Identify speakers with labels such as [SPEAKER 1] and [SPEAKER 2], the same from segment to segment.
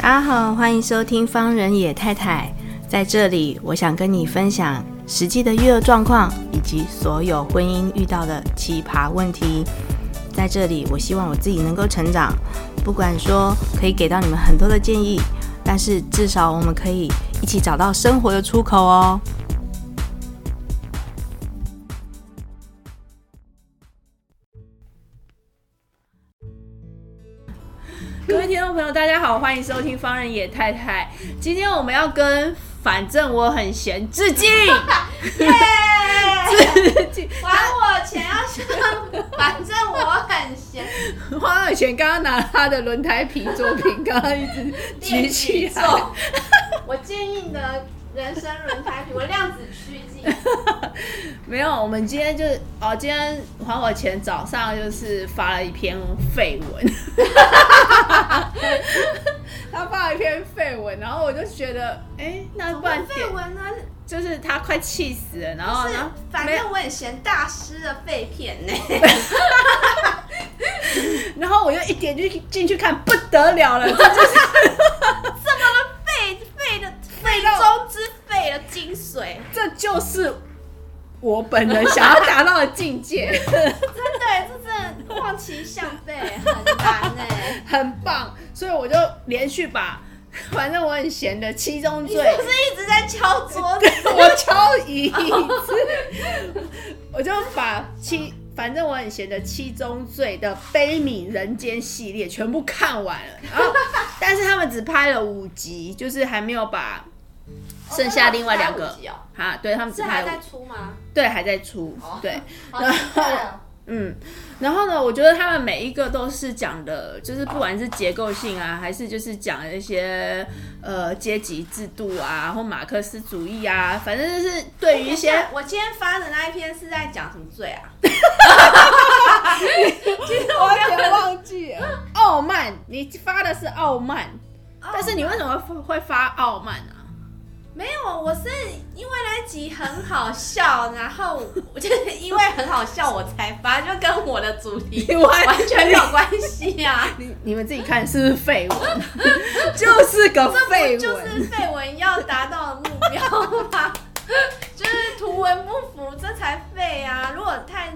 [SPEAKER 1] 大家好，欢迎收听方仁野太太。在这里，我想跟你分享实际的育儿状况，以及所有婚姻遇到的奇葩问题。在这里，我希望我自己能够成长，不管说可以给到你们很多的建议，但是至少我们可以一起找到生活的出口哦。
[SPEAKER 2] 各位听众朋友，大家好，欢迎收听方仁野太太。今天我们要跟反正我很闲致 敬，
[SPEAKER 3] 还我钱要是，反正我很闲，
[SPEAKER 2] 黄尔贤刚刚拿他的轮胎皮作品，刚刚一直举
[SPEAKER 3] 练
[SPEAKER 2] 起
[SPEAKER 3] 举
[SPEAKER 2] 来。
[SPEAKER 3] 重。我建议你的人生轮胎皮，我量子趋 近。
[SPEAKER 2] 没有，我们今天就哦，今天还我钱早上就是发了一篇废文， 他发了一篇废文，然后我就觉得，哎，那不然
[SPEAKER 3] 废文呢？
[SPEAKER 2] 就是他快气死了，然后
[SPEAKER 3] 是
[SPEAKER 2] 哦然后
[SPEAKER 3] 反
[SPEAKER 2] 没有
[SPEAKER 3] 正我很闲大师的废片呢。
[SPEAKER 2] 然后我又一点就进去看，不得了了，这就是
[SPEAKER 3] 这么的废废的废
[SPEAKER 2] 到
[SPEAKER 3] 中之废的精髓，
[SPEAKER 2] 这就是我本人想要达到的境界，
[SPEAKER 3] 真的，这真的望其项背，很难呢。
[SPEAKER 2] 很棒。所以我就连续把， 反正我很闲的七宗
[SPEAKER 3] 你
[SPEAKER 2] 罪，
[SPEAKER 3] 是不是一直在敲桌子？
[SPEAKER 2] 我超一次，我就把七，反正我很闲的七宗罪的悲悯人间系列全部看完了，然后 但是他们只拍了五集，就是还没有把剩下另外两
[SPEAKER 3] 哦那
[SPEAKER 2] 个
[SPEAKER 3] 他们拍五集哦。
[SPEAKER 2] 啊，对他们只
[SPEAKER 3] 是
[SPEAKER 2] 拍
[SPEAKER 3] 还
[SPEAKER 2] 了
[SPEAKER 3] 在
[SPEAKER 2] 五，
[SPEAKER 3] 出 吗？
[SPEAKER 2] 对，还在出，对，
[SPEAKER 3] 好期待哦
[SPEAKER 2] 嗯，然后呢，我觉得他们每一个都是讲的，就是不管是结构性啊，还是就是讲一些呃阶级制度啊，或马克思主义啊，反正就是对于哎一些
[SPEAKER 3] 我今天发的那一篇是在讲什么罪 啊？其实我
[SPEAKER 2] 完全忘记了傲慢，你发的是傲慢，
[SPEAKER 3] 哦
[SPEAKER 2] 但是你为什么会发傲慢啊？
[SPEAKER 3] 没有，我是因为那集很好笑，然后我就是因为很好笑我才发，就跟我的主 题
[SPEAKER 2] 完
[SPEAKER 3] 完全没有关系啊。
[SPEAKER 2] 你你们自己看是不是绯闻？ 就是个绯闻，
[SPEAKER 3] 就是废文要达到的目标吧， 就是图文不符，这才废啊！如果太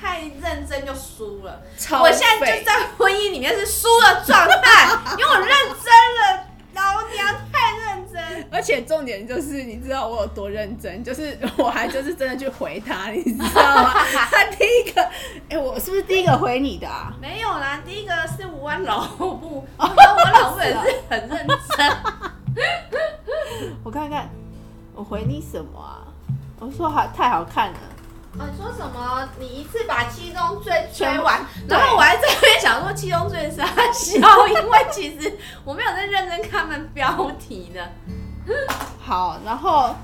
[SPEAKER 3] 太认真就输了。
[SPEAKER 2] 超
[SPEAKER 3] 我现在就
[SPEAKER 2] 废
[SPEAKER 3] 在婚姻里面是输了状态，因为我认真了，老娘太认真。
[SPEAKER 2] 而且重点就是，你知道我有多认真，就是我还就是真的去回他，你知道 吗？他第一个，哎、我是不是第一个回你的啊？
[SPEAKER 3] 没有啦，第一个是我老布，我我老布也是很认真。
[SPEAKER 2] 我看看，我回你什么啊？我说好，太好看了。
[SPEAKER 3] 哦，你说什么？你一次把七宗罪吹
[SPEAKER 2] 全部
[SPEAKER 3] 完，
[SPEAKER 2] 对
[SPEAKER 3] 然后我还在那边想说七宗罪是啥笑，因为其实我没有在认真看他们标题呢。
[SPEAKER 2] 好，然后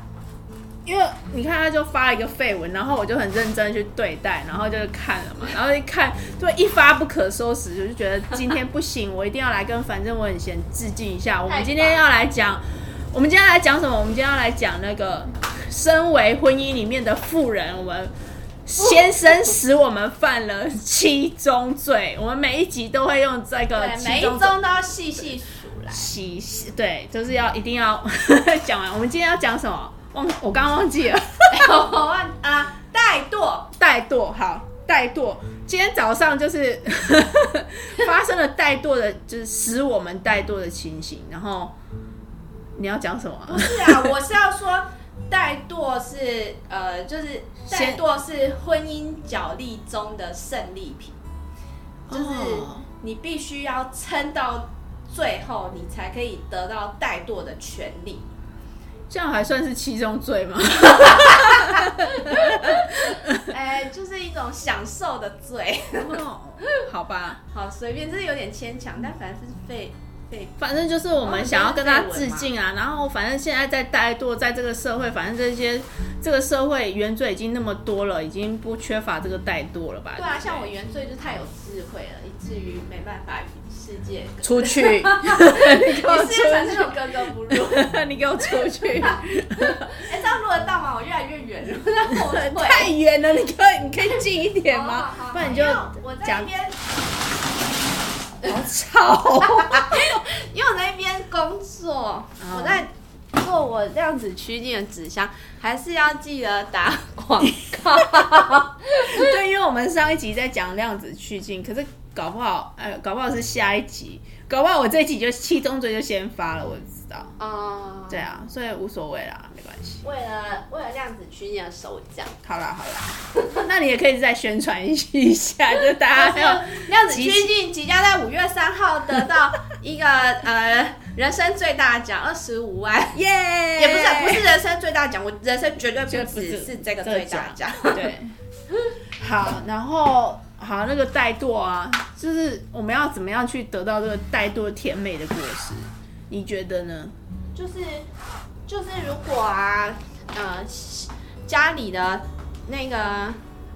[SPEAKER 2] 因为你看，他就发了一个绯闻，然后我就很认真去对待，然后就是看了嘛，然后一看，就一发不可收拾，我就觉得今天不行，我一定要来跟反正我很闲致敬一下。我们今天要来讲，我们今天要来讲什么？我们今天要来讲那个，身为婚姻里面的妇人，我们。先生使我们犯了七宗罪，我们每一集都会用这个
[SPEAKER 3] 对，
[SPEAKER 2] 呃七
[SPEAKER 3] 每一
[SPEAKER 2] 宗罪
[SPEAKER 3] 宗都要细细数 来。
[SPEAKER 2] 洗对，就是要一定要讲完。我们今天要讲什么？忘，我刚刚忘记了。
[SPEAKER 3] 我忘啊，怠惰，
[SPEAKER 2] 怠惰，好，怠惰。今天早上就是 发生了怠惰的，就是使我们怠惰的情形。然后你要讲什么啊？
[SPEAKER 3] 是啊，我是要说怠惰是呃，就是
[SPEAKER 2] 先
[SPEAKER 3] 怠惰是婚姻角力中的胜利品，就是
[SPEAKER 2] 哦
[SPEAKER 3] 你必须要撑到最后，你才可以得到怠惰的权利。
[SPEAKER 2] 这样还算是七宗罪吗？
[SPEAKER 3] 哎，就是一种享受的罪。
[SPEAKER 2] 哦 好吧，
[SPEAKER 3] 好，随便，这是有点牵强，但反正是废废。
[SPEAKER 2] 反正就是
[SPEAKER 3] 哦
[SPEAKER 2] 我们想要跟他致敬啊，然后反正现在在怠惰，在这个社会，反正这些这个社会原罪已经那么多了，已经不缺乏这个怠惰了吧？
[SPEAKER 3] 对啊，
[SPEAKER 2] 不
[SPEAKER 3] 像我原罪就太有智慧了，以至于没办法与世界隔。
[SPEAKER 2] 出去，你给我
[SPEAKER 3] 你
[SPEAKER 2] 出
[SPEAKER 3] 是反正我格格不入。
[SPEAKER 2] 去，你给我出 去，
[SPEAKER 3] 哎、这样录得到吗？我越来越远了，那我会
[SPEAKER 2] 太远了，你可以你可以近一点吗
[SPEAKER 3] 哦好好好？啊
[SPEAKER 2] 不然你就
[SPEAKER 3] 因为我在
[SPEAKER 2] 讲
[SPEAKER 3] 一边，
[SPEAKER 2] 好吵、 哦。
[SPEAKER 3] 因为我那边工作，我在做我这样子取景的纸箱，还是要记得打广 告。
[SPEAKER 2] 对，因为我们上一集在讲量子趋近，可是搞不好，呃，搞不好是下一集，搞不好我这一集就七宗罪就先发了，我不知道。
[SPEAKER 3] 哦、
[SPEAKER 2] 对，啊，所以无所谓啦，没关系。
[SPEAKER 3] 为了为了这样子取景的手奖，
[SPEAKER 2] 好啦好啦，那你也可以再宣传一下， 就大家要
[SPEAKER 3] 量子趋近即将在五月三号得到一个呃人生最大奖二十五万，
[SPEAKER 2] 耶
[SPEAKER 3] 也不是不是人生最大奖，我人生绝对
[SPEAKER 2] 就
[SPEAKER 3] 不
[SPEAKER 2] 不
[SPEAKER 3] 只
[SPEAKER 2] 止
[SPEAKER 3] 是这个
[SPEAKER 2] 这个
[SPEAKER 3] 最大
[SPEAKER 2] 奖
[SPEAKER 3] 奖。
[SPEAKER 2] 对， 好，然后好那个怠惰啊，就是我们要怎么样去得到这个怠惰甜美的果实？你觉得呢？
[SPEAKER 3] 就是就是如果啊，呃，家里的那个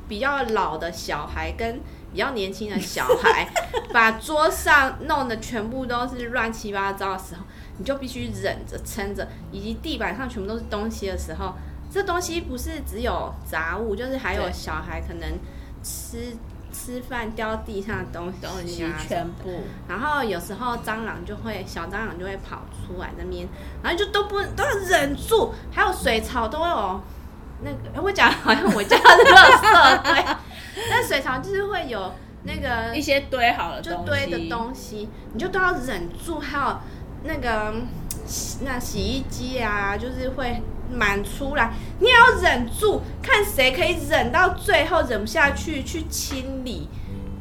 [SPEAKER 3] 比较老的小孩跟比较年轻的小 孩，把桌上弄得全部都是乱七八糟的时候，你就必须忍着撑着，以及地板上全部都是东西的时候，这东西不是只有杂物，就是还有
[SPEAKER 2] 对
[SPEAKER 3] 小孩可能吃吃饭掉地上的东西、啊、
[SPEAKER 2] 东西全部
[SPEAKER 3] 然后有时候蟑螂就会小蟑螂就会跑出来那边，然后就都不都要忍住，还有水槽都有那个，哎我讲好像我家的垃圾对，那水 槽就是会有那个
[SPEAKER 2] 一些堆好了
[SPEAKER 3] 就堆的东西，你就都要忍住，还有那个嗯洗那洗衣机啊，就是会满出来，你也要忍住，看谁可以忍到最后忍不下去去清理，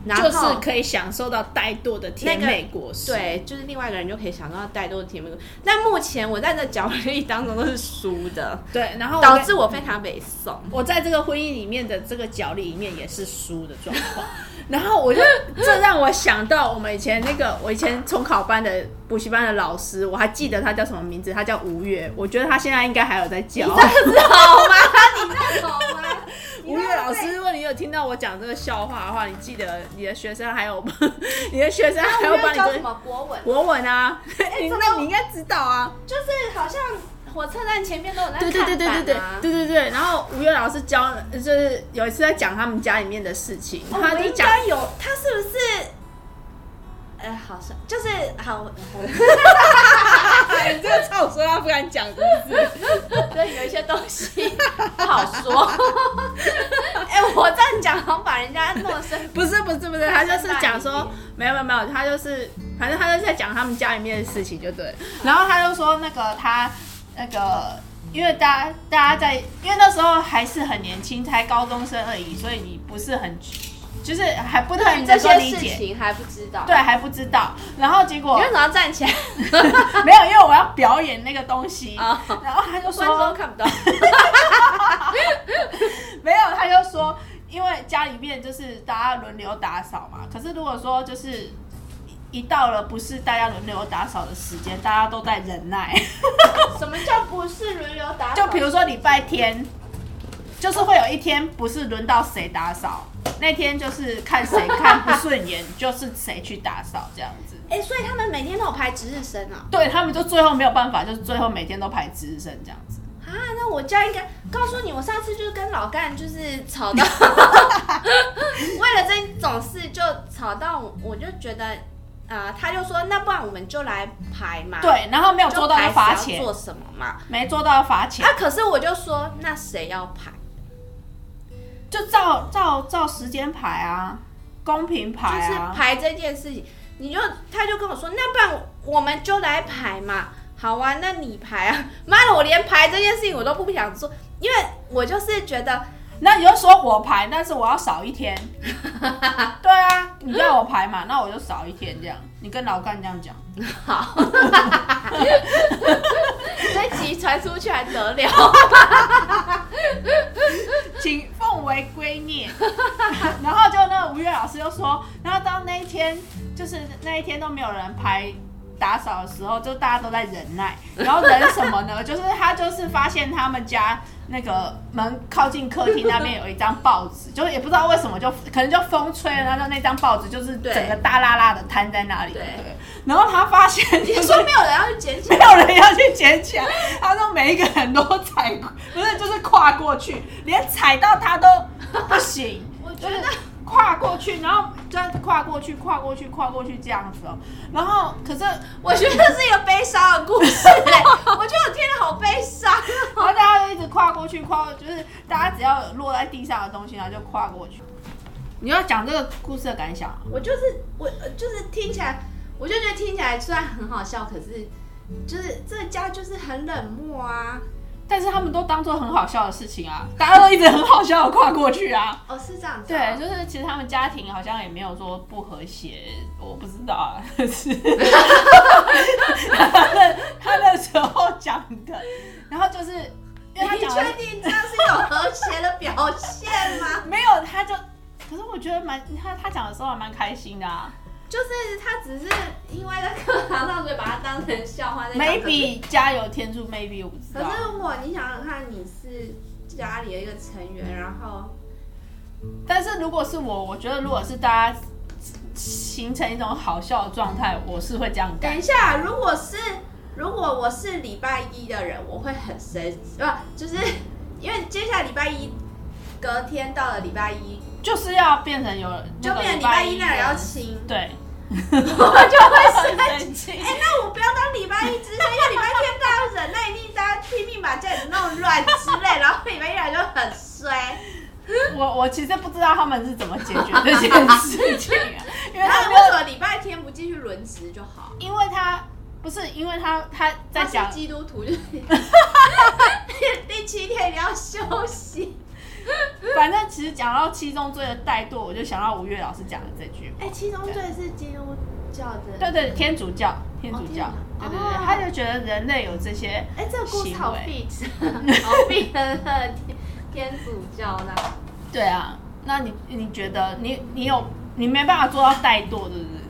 [SPEAKER 3] 然后
[SPEAKER 2] 就是可以享受到怠惰的甜美果实。
[SPEAKER 3] 对，就是另外一个人就可以享受到怠惰的题目。但目前我在这角力当中都是输的，
[SPEAKER 2] 对，然后我
[SPEAKER 3] 导
[SPEAKER 2] 在
[SPEAKER 3] 致哦我非常北 宋。
[SPEAKER 2] 我在这个婚姻里面的这个角力里面也是输的状况，然后我就这让我想到我们以前那个我以前重考班的补习班的老师，我还记得他叫什么名字，他叫吴越，我觉得他现在应该还有在教。
[SPEAKER 3] 好吗？你认同吗？
[SPEAKER 2] 吴越老师，如果你有听到我讲这个笑话的话，你记得你的学生还有你的学生还
[SPEAKER 3] 还
[SPEAKER 2] 有
[SPEAKER 3] 有
[SPEAKER 2] 帮你
[SPEAKER 3] 教
[SPEAKER 2] 做
[SPEAKER 3] 什么国文？
[SPEAKER 2] 国文啊，你
[SPEAKER 3] 真的
[SPEAKER 2] 那你应该知道啊。
[SPEAKER 3] 就是好像火车站前面都有那
[SPEAKER 2] 对对对对对对
[SPEAKER 3] 啊
[SPEAKER 2] 对对对。然后吴越老师教，就是有一次在讲他们家里面的事情，他
[SPEAKER 3] 他
[SPEAKER 2] 就
[SPEAKER 3] 哦应
[SPEAKER 2] 讲
[SPEAKER 3] 该有，他是不是？呃，好像就是好，
[SPEAKER 2] 哎，你这个臭说他不敢讲，是不是？
[SPEAKER 3] 对，有一些东 西不好 说。哎、我这样讲好像把人家弄得 生
[SPEAKER 2] 不是不是不是，他就是讲说没有没有没有，他就是反正他就是在讲他们家里面的事情就对了。然后他就说那个他那个，因为大家大家在因为那时候还是很年轻，才高中生而已，所以你不是很就是还不太
[SPEAKER 3] 对于
[SPEAKER 2] 能
[SPEAKER 3] 这
[SPEAKER 2] 够
[SPEAKER 3] 些
[SPEAKER 2] 理
[SPEAKER 3] 事
[SPEAKER 2] 解，
[SPEAKER 3] 情还不知道。
[SPEAKER 2] 对，还不知道。然后结果
[SPEAKER 3] 你为什么要站起来？
[SPEAKER 2] 没有，因为我要表演那个东西。
[SPEAKER 3] 啊
[SPEAKER 2] 然后他就
[SPEAKER 3] 观众
[SPEAKER 2] 说
[SPEAKER 3] 看 不到。
[SPEAKER 2] 没有，他就说，因为家里面就是大家轮流打扫嘛。可是如果说就是一到了不是大家轮流打扫的时间，大家都在忍耐。
[SPEAKER 3] 什么叫不是轮流打扫？
[SPEAKER 2] 就比如说礼拜天，就是会有一天不是轮到谁打扫，那天就是看谁看不顺眼，就是谁去打扫这样子。
[SPEAKER 3] 哎、所以他们每天都有排值日生啊。
[SPEAKER 2] 对他们就最后没有办法，就是最后每天都排值日生这样子。
[SPEAKER 3] 啊，那我家应该告诉你，我上次就是跟老干就是吵 到，为了这种事就吵到我，我就觉得，呃，他就说那不然我们就来排嘛，，
[SPEAKER 2] 对，然后没有做
[SPEAKER 3] 啊就
[SPEAKER 2] 到
[SPEAKER 3] 排
[SPEAKER 2] 要罚
[SPEAKER 3] 谁要
[SPEAKER 2] 钱，
[SPEAKER 3] 做什么嘛。
[SPEAKER 2] 没做到要罚钱
[SPEAKER 3] 啊，，可是我就说那谁要排？
[SPEAKER 2] 就照照照时间排啊，公平排
[SPEAKER 3] 就
[SPEAKER 2] 啊。
[SPEAKER 3] 是排这件事情，你就他就跟我说，那不然我们就来排嘛。好啊，那你排啊！ 妈的，我连排这件事情我都不想做，因为我就是觉得
[SPEAKER 2] 那你就说我排，但是我要少一天。对啊，你要我排嘛，那我就少一天这样。你跟老干这样讲，
[SPEAKER 3] 好，这集传出去还得了？
[SPEAKER 2] 请奉为圭臬。 然后就那个吴越老师就说，然后到那一天，就是那一天都没有人排。打扫的时候，就大家都在忍耐，然后忍什么呢？就是他就是发现他们家那个门靠近客厅那边有一张报纸，就是也不知道为什么就可能就风吹了，然后那张报纸就是
[SPEAKER 3] 对
[SPEAKER 2] 整个大拉拉的摊在那里。
[SPEAKER 3] 对
[SPEAKER 2] 然后他发现
[SPEAKER 3] 你
[SPEAKER 2] 就是
[SPEAKER 3] 说没有人要去捡起
[SPEAKER 2] 没
[SPEAKER 3] 来？
[SPEAKER 2] 有人要去捡起来，他说每一个人都踩过，不是就是跨过去，连踩到他都都不行。
[SPEAKER 3] 我觉得
[SPEAKER 2] 跨过去，然后这样跨过去，跨过去，跨过去这样子哦、然后可是
[SPEAKER 3] 我觉得是一个悲伤的故事、哎，我觉得我听了好悲伤哦。
[SPEAKER 2] 然后大家就一直跨过去，跨过就是大家只要有落在地上的东西，然后就跨过去。你要讲这个故事的感想啊，
[SPEAKER 3] 我就是我呃就是听起来，我就觉得听起来虽然很好笑，可是就是这个家就是很冷漠啊。
[SPEAKER 2] 但是他们都当做很好笑的事情啊， 大家都一直很好笑的跨过去啊。
[SPEAKER 3] 哦，是这样子、
[SPEAKER 2] 对，
[SPEAKER 3] 啊。
[SPEAKER 2] 就是其实他们家庭好像也没有说不和谐，我不知道啊，是他那他那时候讲的，然后就是因为他
[SPEAKER 3] 你
[SPEAKER 2] 讲
[SPEAKER 3] 确
[SPEAKER 2] 的
[SPEAKER 3] 定这样是一种和谐的表现吗？
[SPEAKER 2] 没有，他就可是我觉得蛮他他讲的时候还蛮开心的啊
[SPEAKER 3] 就是他只是因为在课堂上，所以把它当成笑话在讲这个
[SPEAKER 2] ，maybe 加油添醋，maybe 我不知
[SPEAKER 3] 可
[SPEAKER 2] 道。
[SPEAKER 3] 是如果你想想看，你是家里的一个成员，然后
[SPEAKER 2] 但是如果是我，我觉得如果是大家形成一种好笑的状态，我是会这样
[SPEAKER 3] 等
[SPEAKER 2] 干
[SPEAKER 3] 一。下，如果是如果我是礼拜一的人，我会很生气，不就是因为接下来礼拜一，隔天到了礼拜一，
[SPEAKER 2] 就是要变成有人
[SPEAKER 3] 就变
[SPEAKER 2] 礼
[SPEAKER 3] 成礼拜
[SPEAKER 2] 一
[SPEAKER 3] 一那人要亲，
[SPEAKER 2] 对，
[SPEAKER 3] 我就会生气。
[SPEAKER 2] 会生气
[SPEAKER 3] 哎、那我不要当礼拜一之类，因为礼拜天大家忍耐，一定大家拼命把家里弄乱之类，然后礼拜一来就很衰。
[SPEAKER 2] 我我其实不知道他们是怎么解决 这件事情、啊，因为
[SPEAKER 3] 然
[SPEAKER 2] 他
[SPEAKER 3] 后
[SPEAKER 2] 没
[SPEAKER 3] 为什
[SPEAKER 2] 有，
[SPEAKER 3] 么礼拜天不继续轮值就好？
[SPEAKER 2] 因为他不是因为他他在
[SPEAKER 3] 他
[SPEAKER 2] 讲
[SPEAKER 3] 是，基督徒，就是 第七天一定要休息。
[SPEAKER 2] 反正其实讲到七宗罪的怠惰，我就想到吴越老师讲的这句，
[SPEAKER 3] 哎、七宗罪是基督教的。
[SPEAKER 2] 对对，天主教，天主教
[SPEAKER 3] 哦，
[SPEAKER 2] 对对
[SPEAKER 3] 天主教
[SPEAKER 2] 对
[SPEAKER 3] 哦，
[SPEAKER 2] 他就觉得人类有这些，
[SPEAKER 3] 哎、这个故事好
[SPEAKER 2] 行
[SPEAKER 3] fit，好 fit 的天主教的。
[SPEAKER 2] 对啊，那你你觉得你你有你没办法做到怠惰，对不对？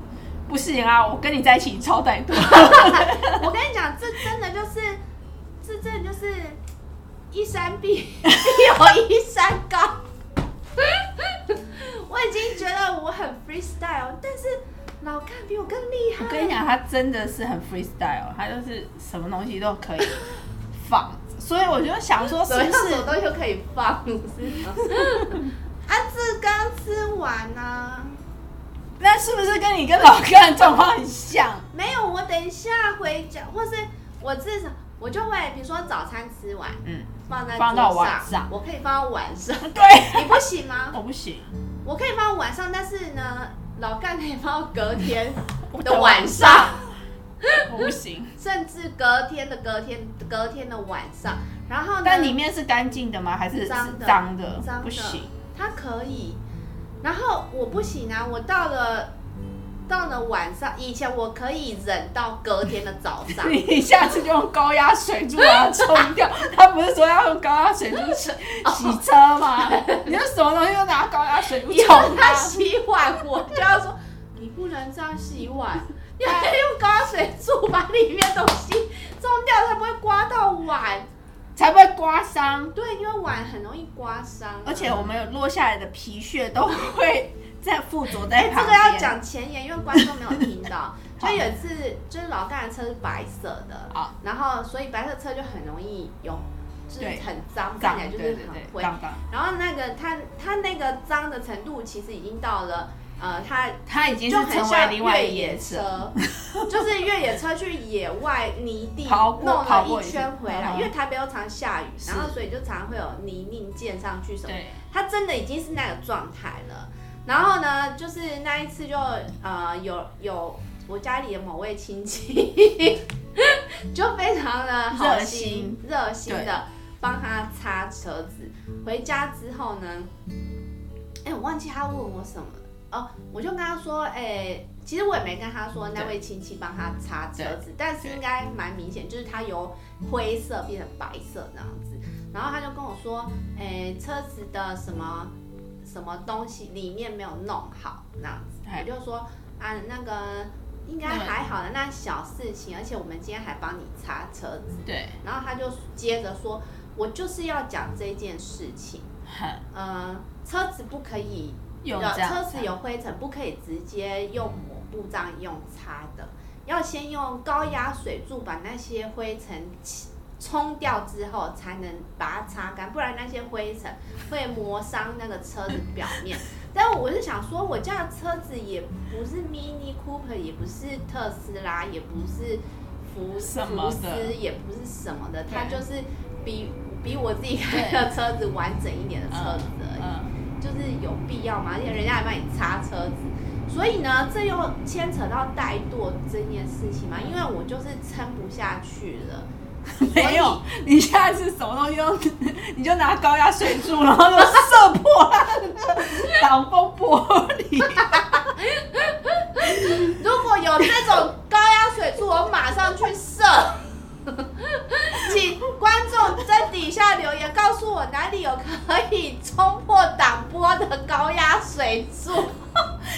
[SPEAKER 2] 不行啊，我跟你在一起超怠 惰，
[SPEAKER 3] 我跟你讲，这真的就是，这真的就是一山必必 有一山高。 我已经觉得我很 freestyle，但是老看比我更厉害。
[SPEAKER 2] 我跟你讲，他真的是很 freestyle，他就是什么东西都可以 放，所以我就想说，是
[SPEAKER 3] 什么
[SPEAKER 2] 不
[SPEAKER 3] 样什
[SPEAKER 2] 是
[SPEAKER 3] 么东西都可以放，是吗？ 啊，这刚吃完啊呢、
[SPEAKER 2] 那是不是跟你跟老干的状况很像？
[SPEAKER 3] 没有，我等一下回家，或是我至少我就会，比如说早餐吃完
[SPEAKER 2] 嗯，
[SPEAKER 3] 放在
[SPEAKER 2] 放到
[SPEAKER 3] 桌
[SPEAKER 2] 晚上
[SPEAKER 3] 我可以放到晚上，
[SPEAKER 2] 嗯对，啊
[SPEAKER 3] 你不行吗？
[SPEAKER 2] 我不行，
[SPEAKER 3] 我可以放到晚上，但是呢，老干可以放到隔 天
[SPEAKER 2] 我
[SPEAKER 3] 的晚上，
[SPEAKER 2] 我不 行。
[SPEAKER 3] 甚至隔天的隔天隔天的晚上，然后呢？
[SPEAKER 2] 但里面是干净的吗？还是是
[SPEAKER 3] 脏的
[SPEAKER 2] 脏的？
[SPEAKER 3] 脏的
[SPEAKER 2] 不行。
[SPEAKER 3] 他可以，然后我不行啊，我到了到了晚上，以前我可以忍到隔天的早上，
[SPEAKER 2] 你下次就用高压水柱把它冲 掉。他不是说要用高压水柱洗洗车 吗？你就什么东西都拿高压水柱
[SPEAKER 3] 以
[SPEAKER 2] 冲啊
[SPEAKER 3] 后他
[SPEAKER 2] 它。
[SPEAKER 3] 洗碗，我就要说你不能这样洗碗，你还可以用高压水柱把里面东西冲掉，才不会刮到碗。
[SPEAKER 2] 才不会刮伤。
[SPEAKER 3] 对，因为碗很容易刮伤啊、
[SPEAKER 2] 而且我们有落下来的皮屑都会在附着在
[SPEAKER 3] 哎
[SPEAKER 2] 旁
[SPEAKER 3] 这
[SPEAKER 2] 边。
[SPEAKER 3] 个要讲前言，因为观众没有听 到。就有一次，就是老干的车是白色的，
[SPEAKER 2] 好
[SPEAKER 3] 然后所以白色车就很容易有，就是
[SPEAKER 2] 对
[SPEAKER 3] 很脏，
[SPEAKER 2] 脏
[SPEAKER 3] 看起来，就
[SPEAKER 2] 对
[SPEAKER 3] 是
[SPEAKER 2] 对
[SPEAKER 3] 很
[SPEAKER 2] 对，
[SPEAKER 3] 灰。
[SPEAKER 2] 脏脏，
[SPEAKER 3] 然后那个它它那个脏的程度，其实已经到了呃，它
[SPEAKER 2] 它已经
[SPEAKER 3] 就是很
[SPEAKER 2] 成为
[SPEAKER 3] 像
[SPEAKER 2] 另外
[SPEAKER 3] 越
[SPEAKER 2] 一野
[SPEAKER 3] 野车， 就是越野车去野外泥地
[SPEAKER 2] 跑过
[SPEAKER 3] 弄
[SPEAKER 2] 跑
[SPEAKER 3] 了
[SPEAKER 2] 过
[SPEAKER 3] 一
[SPEAKER 2] 一次
[SPEAKER 3] 圈回来，
[SPEAKER 2] 嗯
[SPEAKER 3] 因为台北又常下雨，
[SPEAKER 2] 是
[SPEAKER 3] 然后所以就常会有泥泞溅上去什么的
[SPEAKER 2] 对，
[SPEAKER 3] 他真的已经是那个状态了。然后呢，就是那一次就呃有有我家里的某位亲戚， 就非常的好心热心的帮他擦车子。回家之后呢，哎、我忘记他问我什么了哦，我就跟他说，哎、其实我也没跟他说那位亲戚帮他擦车子，但是应该蛮明显，就是他由灰色变成白色那样子。然后他就跟我说，诶、车子的什么什么东西里面没有弄好那样子，
[SPEAKER 2] 哎
[SPEAKER 3] 我就说啊那个应该还好的，那小事情，而且我们今天还帮你擦车子。
[SPEAKER 2] 对，
[SPEAKER 3] 然后他就接着说，我就是要讲这件事情，
[SPEAKER 2] 很
[SPEAKER 3] 呃，车子不可以
[SPEAKER 2] 用
[SPEAKER 3] 有
[SPEAKER 2] 这样
[SPEAKER 3] 啊车子有灰尘，不可以直接用抹布这样用擦的，要先用高压水柱把那些灰尘起冲掉之后， 才能把它擦干，不然那些灰尘会磨伤那个车子表面，但我是想说，我家的车子也不是 Mini Cooper，也不是特斯拉，也不是福
[SPEAKER 2] 什么的
[SPEAKER 3] 福斯，也不是什么的，
[SPEAKER 2] 对
[SPEAKER 3] 它就是比比我自己开的车子完整一点的车子而已。
[SPEAKER 2] 嗯，
[SPEAKER 3] 就是有必要吗？而且人家还帮你擦车子，所以呢，这又牵扯到怠惰这件事情嘛，因为我就是撑不下去了，
[SPEAKER 2] 没有，你下次什么东西都，你就拿高压水柱，然后就射破它的那个挡风玻璃。
[SPEAKER 3] 如果有这种高压水柱，我马上去 射。请观众在底下留言告诉我哪里有可以冲破挡波的高压水柱，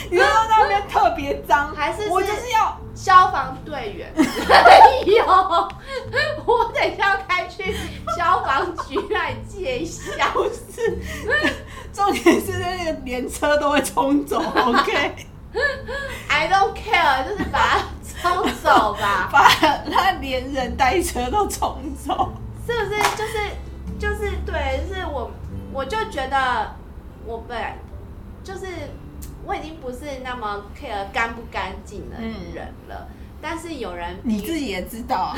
[SPEAKER 2] 你知道那边特别脏，
[SPEAKER 3] 还是是
[SPEAKER 2] 我就是要
[SPEAKER 3] 消防队员没有，哎我等一下要开去消防局来借一下。
[SPEAKER 2] 不是， 重点是那个连车都会冲走，OK，
[SPEAKER 3] I don't care，就是把它冲走吧，
[SPEAKER 2] 把他连人带车都冲走。
[SPEAKER 3] 是不是？就是就是对，就是我我就觉得我本来就是我已经不是那么 care 干不干净的人了，但是有人
[SPEAKER 2] 你自己也知道啊，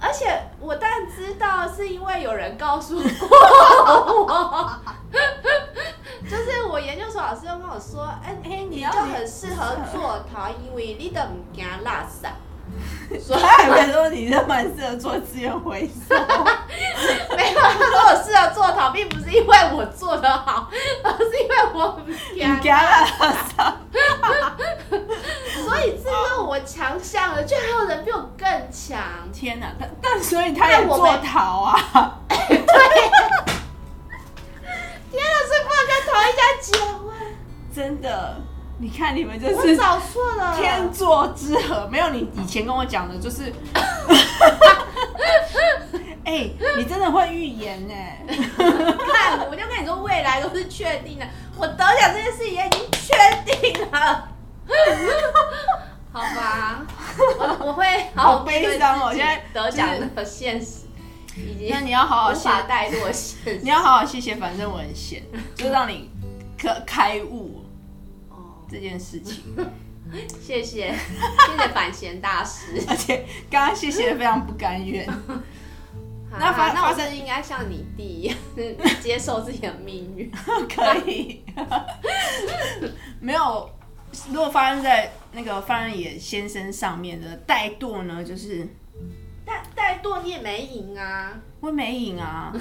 [SPEAKER 3] 而且我当然知道，是因为有人告诉过我，就是我研究所老师就跟我说，哎、哎、你就很适合做陶，因为你都唔惊垃 圾，所以
[SPEAKER 2] 他还没说你这蛮适合做资源回收。
[SPEAKER 3] 没有他说我适合做陶，并不是因为我做的好，而是因为我唔
[SPEAKER 2] 你
[SPEAKER 3] 惊
[SPEAKER 2] 给他
[SPEAKER 3] 啊
[SPEAKER 2] 垃圾，
[SPEAKER 3] 所以这个我强项了，居然还有人比我更强，
[SPEAKER 2] 天哪！但但所以他也做陶啊，
[SPEAKER 3] 天哪，所以不能跟陶一家结婚，
[SPEAKER 2] 真的。你看你们哦就
[SPEAKER 3] 我
[SPEAKER 2] 是
[SPEAKER 3] 找错了，
[SPEAKER 2] 天作之合，没有你以前跟我讲的， 就是。 哎、你真的会预言欸呢、
[SPEAKER 3] 看，我就跟你说，未来都是确定的。我得奖这件事也已经确定了， 好吧？我我会
[SPEAKER 2] 好
[SPEAKER 3] 好
[SPEAKER 2] 悲伤哦
[SPEAKER 3] 面对自己
[SPEAKER 2] 现在
[SPEAKER 3] 得奖的现实已经
[SPEAKER 2] 那你要好好
[SPEAKER 3] 无
[SPEAKER 2] 谢，
[SPEAKER 3] 法带入的现实
[SPEAKER 2] 你。要好好谢谢，反正我很 闲，就让你可开悟
[SPEAKER 3] 哦，
[SPEAKER 2] 这件事情。
[SPEAKER 3] 谢谢，谢 谢反贤大师。
[SPEAKER 2] 而且刚刚谢谢的非常不甘愿， 那
[SPEAKER 3] 啊那
[SPEAKER 2] 发
[SPEAKER 3] 反那我
[SPEAKER 2] 发生
[SPEAKER 3] 是应该像你弟一样，接受自己的命运。
[SPEAKER 2] 可以。 没有，如果发生在那个范仁野先生上面的怠惰呢，就是
[SPEAKER 3] 但怠惰你也没赢啊！
[SPEAKER 2] 会没瘾 啊，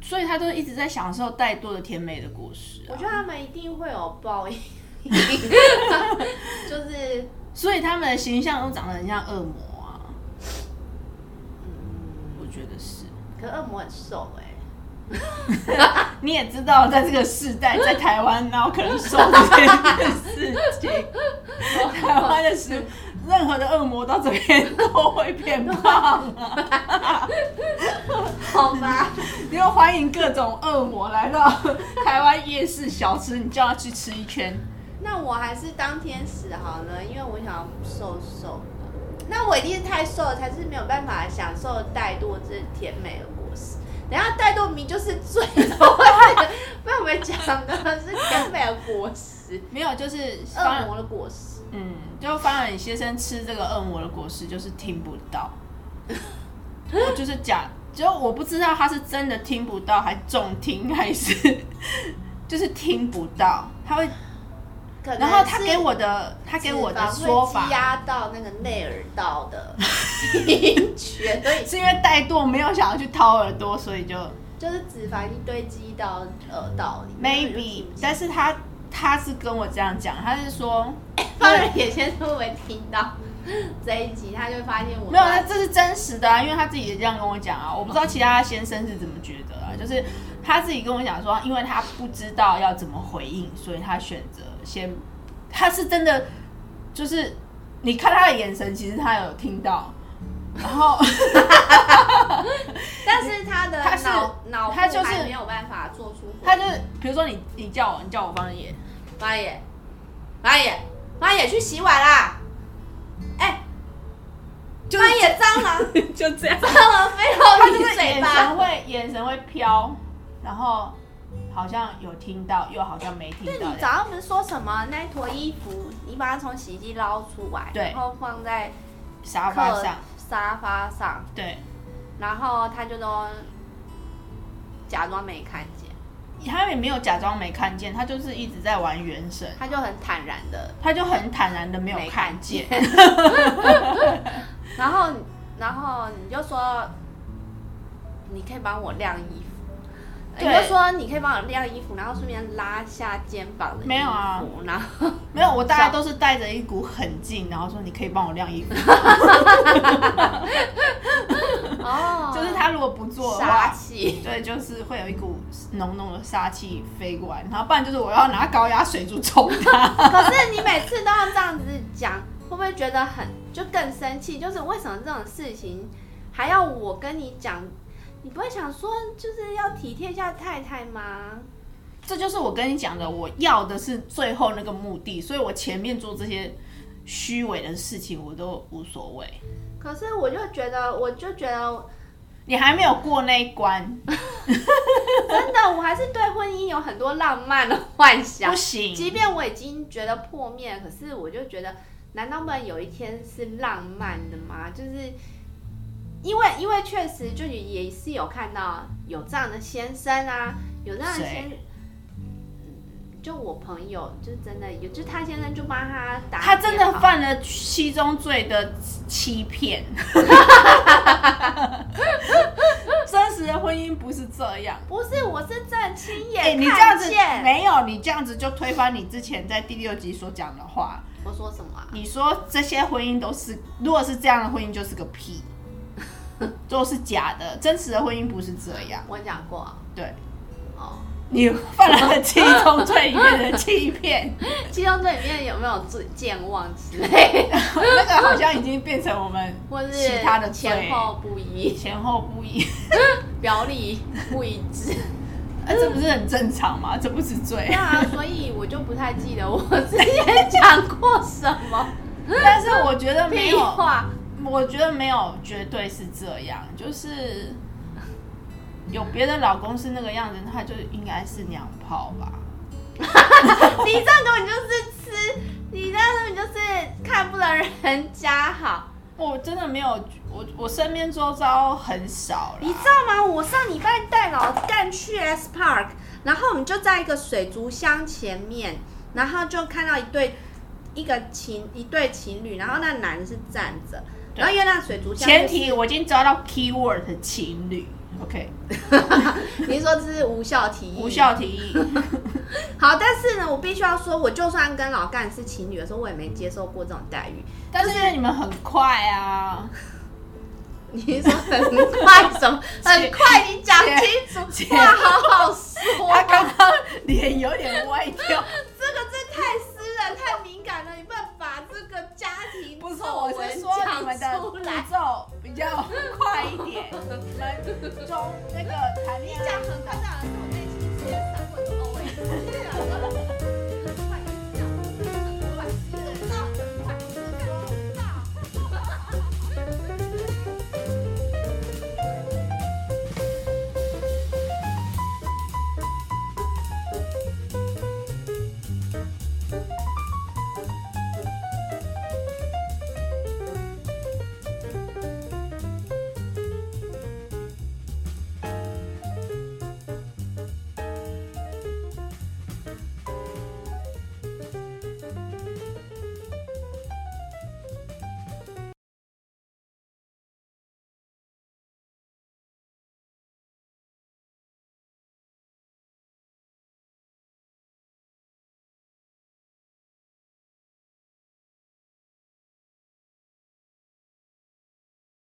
[SPEAKER 2] 所以他就一直在享受怠惰的甜美的果实
[SPEAKER 3] 我
[SPEAKER 2] 啊、
[SPEAKER 3] 觉得他们一定会有报 应，就是。
[SPEAKER 2] 所以他们的形象都长得很像恶魔啊。
[SPEAKER 3] 嗯
[SPEAKER 2] 我觉得是。
[SPEAKER 3] 可恶魔很瘦哎、
[SPEAKER 2] 你也知道，在这个世代，在台湾哪有可能受这件事情？台湾的食， 任何的恶魔到这边都会变胖啊！
[SPEAKER 3] 好吧，
[SPEAKER 2] 你又欢迎各种恶魔来到台湾夜市小吃，你叫他去吃一圈。
[SPEAKER 3] 那我还是当天使好了，因为我想要瘦瘦的。那我一定是太瘦了，才是没有办法享受怠惰这甜美的果实。等一下怠惰名就是最多的，被我们讲的是甜美的果 实，
[SPEAKER 2] 没有，就是
[SPEAKER 3] 恶魔的果实。
[SPEAKER 2] 嗯，就方远先生吃这个恶魔的果实，就是听不到，我就是假，只有我不知道他是真的听不到，还重听，还是 就是听不到。他会，
[SPEAKER 3] 可能
[SPEAKER 2] 然后他
[SPEAKER 3] 是
[SPEAKER 2] 给我的，他给我的
[SPEAKER 3] 脂肪会
[SPEAKER 2] 说法
[SPEAKER 3] 积压到那个内耳道的听觉，所以
[SPEAKER 2] 是因为怠惰，没有想要去掏耳朵，所以就
[SPEAKER 3] 就是脂肪已经堆积到耳道里。
[SPEAKER 2] maybe，但是他他是跟我这样讲，他是说
[SPEAKER 3] 方仁野先生会不会听到 这一集，他就会发现我
[SPEAKER 2] 没有，那这是真实的啊，因为他自己也这样跟我讲啊，我不知道其他先生是怎么觉得啊，就是他自己跟我讲说，因为他不知道要怎么回应，所以他选择先，他是真的，就是你看他的眼神，其实他有听到，然后
[SPEAKER 3] 但是他的
[SPEAKER 2] 他是
[SPEAKER 3] 脑脑部
[SPEAKER 2] 他就是
[SPEAKER 3] 还没有办法做出
[SPEAKER 2] 他就是比如说你你叫我，你叫我帮你演，
[SPEAKER 3] 妈耶，妈耶，妈耶去洗碗啦！哎、
[SPEAKER 2] 就
[SPEAKER 3] 妈耶，蟑螂，
[SPEAKER 2] 是 就这样，
[SPEAKER 3] 蟑螂飞到
[SPEAKER 2] 他
[SPEAKER 3] 你
[SPEAKER 2] 就是
[SPEAKER 3] 嘴
[SPEAKER 2] 眼神
[SPEAKER 3] 巴，
[SPEAKER 2] 会眼神会飘，然后好像有听到，又好像没听
[SPEAKER 3] 对
[SPEAKER 2] 到
[SPEAKER 3] 你
[SPEAKER 2] 的。
[SPEAKER 3] 早上不是说什么那一坨衣服，你把它从洗衣机捞出来，
[SPEAKER 2] 对
[SPEAKER 3] 然后放在
[SPEAKER 2] 沙发
[SPEAKER 3] 客
[SPEAKER 2] 上，
[SPEAKER 3] 沙发上，
[SPEAKER 2] 对，
[SPEAKER 3] 然后他就都假装没看见，
[SPEAKER 2] 他也没有假装没看见，他就是一直在玩原神，
[SPEAKER 3] 他就很坦然的
[SPEAKER 2] 他就很坦然的没有
[SPEAKER 3] 没
[SPEAKER 2] 看
[SPEAKER 3] 看
[SPEAKER 2] 见
[SPEAKER 3] 见。。然后，然后你就说，你可以帮我晾衣服。你
[SPEAKER 2] 对
[SPEAKER 3] 就说你可以帮我晾衣服，然后顺便拉下肩膀的
[SPEAKER 2] 没有啊
[SPEAKER 3] 衣服然后
[SPEAKER 2] 没有，我大概都是带着一股狠劲，然后说你可以帮我晾衣服。
[SPEAKER 3] 哦，
[SPEAKER 2] 就是他如果不做的话，
[SPEAKER 3] 杀气，
[SPEAKER 2] 对，就是会有一股浓浓的杀气飞过来，然后不然就是我要拿高压水柱冲他。
[SPEAKER 3] 可是你每次都要这样子讲，会不会觉得很就更生气？就是为什么这种事情还要我跟你讲？你不会想说就是要体贴一下太太吗？
[SPEAKER 2] 这就是我跟你讲的，我要的是最后那个目的，所以我前面做这些虚伪的事情我都无所谓。
[SPEAKER 3] 可是我就觉得，我就觉得
[SPEAKER 2] 你还没有过那一关，
[SPEAKER 3] 真的，我还是对婚姻有很多浪漫的幻想
[SPEAKER 2] 不。行。
[SPEAKER 3] 即便我已经觉得破灭，可是我就觉得，难道不能有一天是浪漫的吗？就是因为因为确实就也是有看到有这样的先生啊，有这样的先，
[SPEAKER 2] 谁
[SPEAKER 3] 嗯就我朋友就真的有，就他先生就帮他打，
[SPEAKER 2] 他真的，犯了七宗罪的欺骗。真实的婚姻不是这样。
[SPEAKER 3] 不是，我是真的亲眼
[SPEAKER 2] 哎、
[SPEAKER 3] 看见，
[SPEAKER 2] 你这样子没有，你这样子就推翻你之前在第六集所讲的话。
[SPEAKER 3] 我说什么、啊？
[SPEAKER 2] 你说这些婚姻都是，如果是这样的婚姻就是个 屁，都是假的，真实的婚姻不是这样。
[SPEAKER 3] 我讲过啊
[SPEAKER 2] 对
[SPEAKER 3] 哦，
[SPEAKER 2] 你犯了七宗罪里面的欺 骗，
[SPEAKER 3] 七宗罪里面有没有最健忘之类，
[SPEAKER 2] 那个好像已经变成我们
[SPEAKER 3] 或 是
[SPEAKER 2] 其他的罪
[SPEAKER 3] 前后不一？
[SPEAKER 2] 前后不一。
[SPEAKER 3] 表里不一 致。
[SPEAKER 2] 啊，这不是很正常吗？这不是罪
[SPEAKER 3] 对。 啊，所以我就不太记得我之前讲过什 么
[SPEAKER 2] 但是我觉得没
[SPEAKER 3] 屁
[SPEAKER 2] 有，
[SPEAKER 3] 话。
[SPEAKER 2] 我觉得没有绝对是这样，就是有别的老公是那个样子，他就应该是娘炮吧。
[SPEAKER 3] 你这样根本就是吃，你这样根本就是看不得人家好，
[SPEAKER 2] 我真的没有，我我身边周遭很少啦
[SPEAKER 3] 你知道吗？我上礼拜带老干去 S Park，然后我们就在一个水族箱前面，然后就看到一对。一个情一对情侣，然后那男的是站着，
[SPEAKER 2] 对
[SPEAKER 3] 然后因为那水族箱
[SPEAKER 2] 前
[SPEAKER 3] 就是
[SPEAKER 2] 提我已经找到 keyword 的情侣，OK，
[SPEAKER 3] 你是说这是无效提议，
[SPEAKER 2] 无效提 议。
[SPEAKER 3] 好，但是呢，我必须要说，我就算跟老干是情侣的时候，我也没接受过这种待遇。
[SPEAKER 2] 但是因为你们很快 啊，
[SPEAKER 3] 你是说很快 什么？很快，你讲清楚，话好好说。哦
[SPEAKER 2] 他刚刚脸有点歪掉。
[SPEAKER 3] 这个这太私人、太敏感了，你不能把这个家庭
[SPEAKER 2] 不是，
[SPEAKER 3] 丑
[SPEAKER 2] 我
[SPEAKER 3] 闻
[SPEAKER 2] 是说你们的
[SPEAKER 3] 讲
[SPEAKER 2] 步
[SPEAKER 3] 出 来。
[SPEAKER 2] 骤比较快一点，你们中那个谈
[SPEAKER 3] 你
[SPEAKER 2] 恋爱
[SPEAKER 3] 讲很快，这样很